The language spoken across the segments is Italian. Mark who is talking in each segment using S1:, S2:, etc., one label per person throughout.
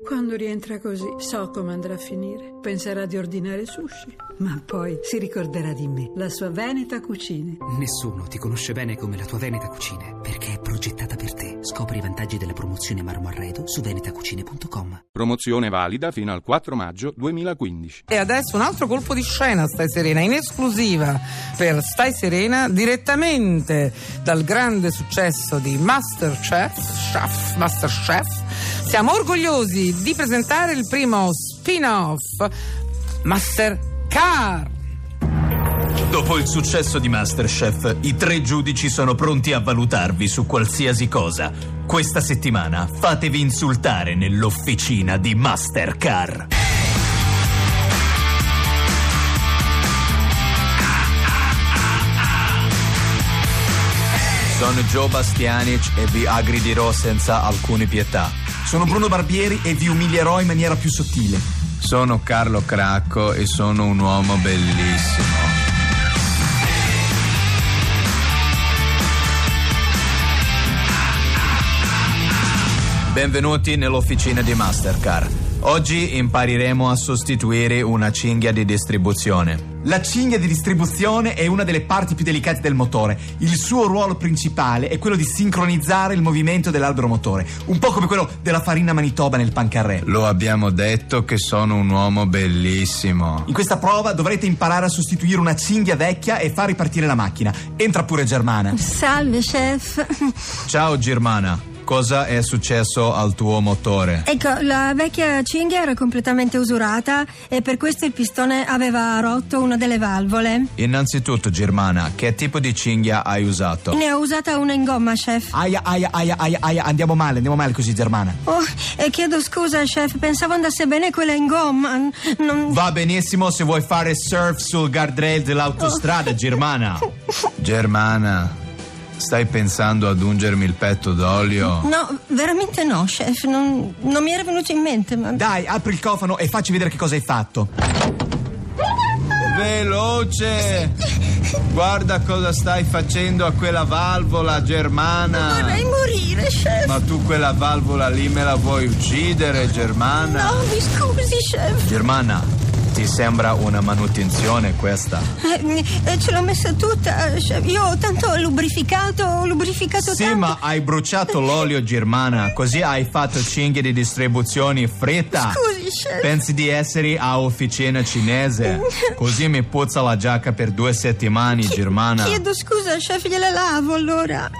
S1: Quando rientra così, so come andrà a finire. Penserà di ordinare sushi, ma poi si ricorderà di me, la sua Veneta Cucine.
S2: Nessuno ti conosce bene come la tua Veneta Cucine, perché è progettata per te. Scopri i vantaggi della promozione Marmo Arredo su venetacucine.com.
S3: Promozione valida fino al 4 maggio 2015.
S4: E adesso un altro colpo di scena, Stai Serena, in esclusiva per Stai Serena, direttamente dal grande successo di Masterchef, Chef, Masterchef. Siamo orgogliosi di presentare il primo spin-off, Mastercard.
S5: Dopo il successo di Masterchef, i tre giudici sono pronti a valutarvi su qualsiasi cosa. Questa settimana fatevi insultare nell'officina di Mastercard. Sono Joe Bastianic e vi aggredirò senza alcuna pietà. Sono Bruno Barbieri e vi umilierò in maniera più sottile. Sono Carlo Cracco e sono un uomo bellissimo. Benvenuti nell'officina di Mastercard. Oggi impareremo a sostituire una cinghia di distribuzione.
S6: La cinghia di distribuzione è una delle parti più delicate del motore. Il suo ruolo principale è quello di sincronizzare il movimento dell'albero motore, un po' come quello della farina manitoba nel pancarrello.
S5: Lo abbiamo detto che sono un uomo bellissimo.
S6: In questa prova dovrete imparare a sostituire una cinghia vecchia e far ripartire la macchina. Entra pure Germana.
S7: Salve chef.
S5: Ciao Germana, cosa è successo al tuo motore?
S7: Ecco, la vecchia cinghia era completamente usurata e per questo il pistone aveva rotto una delle valvole.
S5: Innanzitutto Germana, che tipo di cinghia hai usato?
S7: Ne ho usata una in gomma, chef.
S5: Ah.
S6: Aia, aia, aia, aia, aia, andiamo male, andiamo male così, Germana.
S7: Oh, e chiedo scusa, chef, pensavo andasse bene quella in gomma. N- Non...
S5: Va benissimo se vuoi fare surf sul guardrail dell'autostrada, Germana. Germana, stai pensando ad ungermi il petto d'olio?
S7: No, veramente no, chef, non, non mi era venuto in mente, ma...
S6: Dai, apri il cofano e facci vedere che cosa hai fatto.
S5: Veloce! Guarda cosa stai facendo a quella valvola, Germana.
S7: Vorrei morire, chef.
S5: Ma tu quella valvola lì me la vuoi uccidere, Germana?
S7: No, mi scusi, chef.
S5: Germana, ti sembra una manutenzione questa?
S7: Eh, eh, ce l'ho messa tutta, chef. Io ho tanto lubrificato, ho lubrificato
S5: Sì,
S7: tanto.
S5: ma hai bruciato l'olio, Germana, così hai fatto cinghie di distribuzione in fretta.
S7: Scusi, chef.
S5: Pensi di essere a officina cinese? Così mi puzza la giacca per due settimane, Germana.
S7: Chiedo scusa, chef, gliela lavo allora.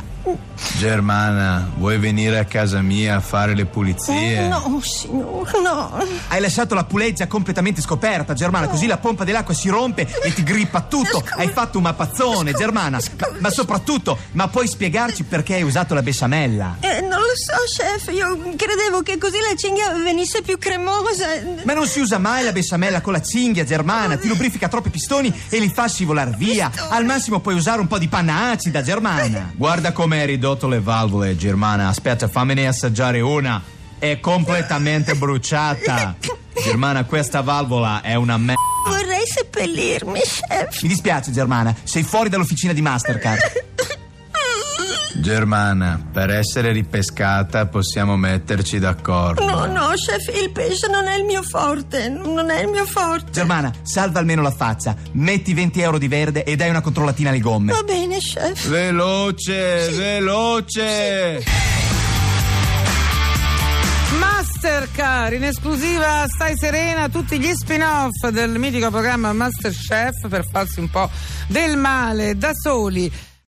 S5: Germana, vuoi venire a casa mia a fare le pulizie?
S7: Eh, No, signore, no.
S6: Hai lasciato la puleggia completamente scoperta, Germana, così la pompa dell'acqua si rompe e ti grippa tutto.
S7: Scusa.
S6: Hai fatto un mappazzone, Germana. Ma, ma soprattutto, ma puoi spiegarci perché hai usato la besciamella?
S7: Eh, non lo so, chef, io credevo che così la cinghia venisse più cremosa.
S6: Ma non si usa mai la besciamella con la cinghia, Germana. Ti lubrifica troppi pistoni e li fa scivolare via. Al massimo puoi usare un po' di panna acida, Germana.
S5: Guarda come hai ridotto le valvole, Germana. Aspetta, fammene assaggiare una. È completamente bruciata. Germana, questa valvola è una merda.
S7: Vorrei seppellirmi, chef.
S6: Mi dispiace, Germana. Sei fuori dall'officina di Mastercard.
S5: Germana, per essere ripescata possiamo metterci d'accordo.
S7: No, no, chef, il pesce non è il mio forte, non è il mio forte.
S6: Germana, salva almeno la faccia. Metti 20 euro di verde e dai una controllatina alle gomme.
S7: Va bene, chef.
S5: Veloce, veloce!
S4: Mastercard in esclusiva Stai Serena tutti gli spin-off del mitico programma Masterchef per farsi un po' del male da soli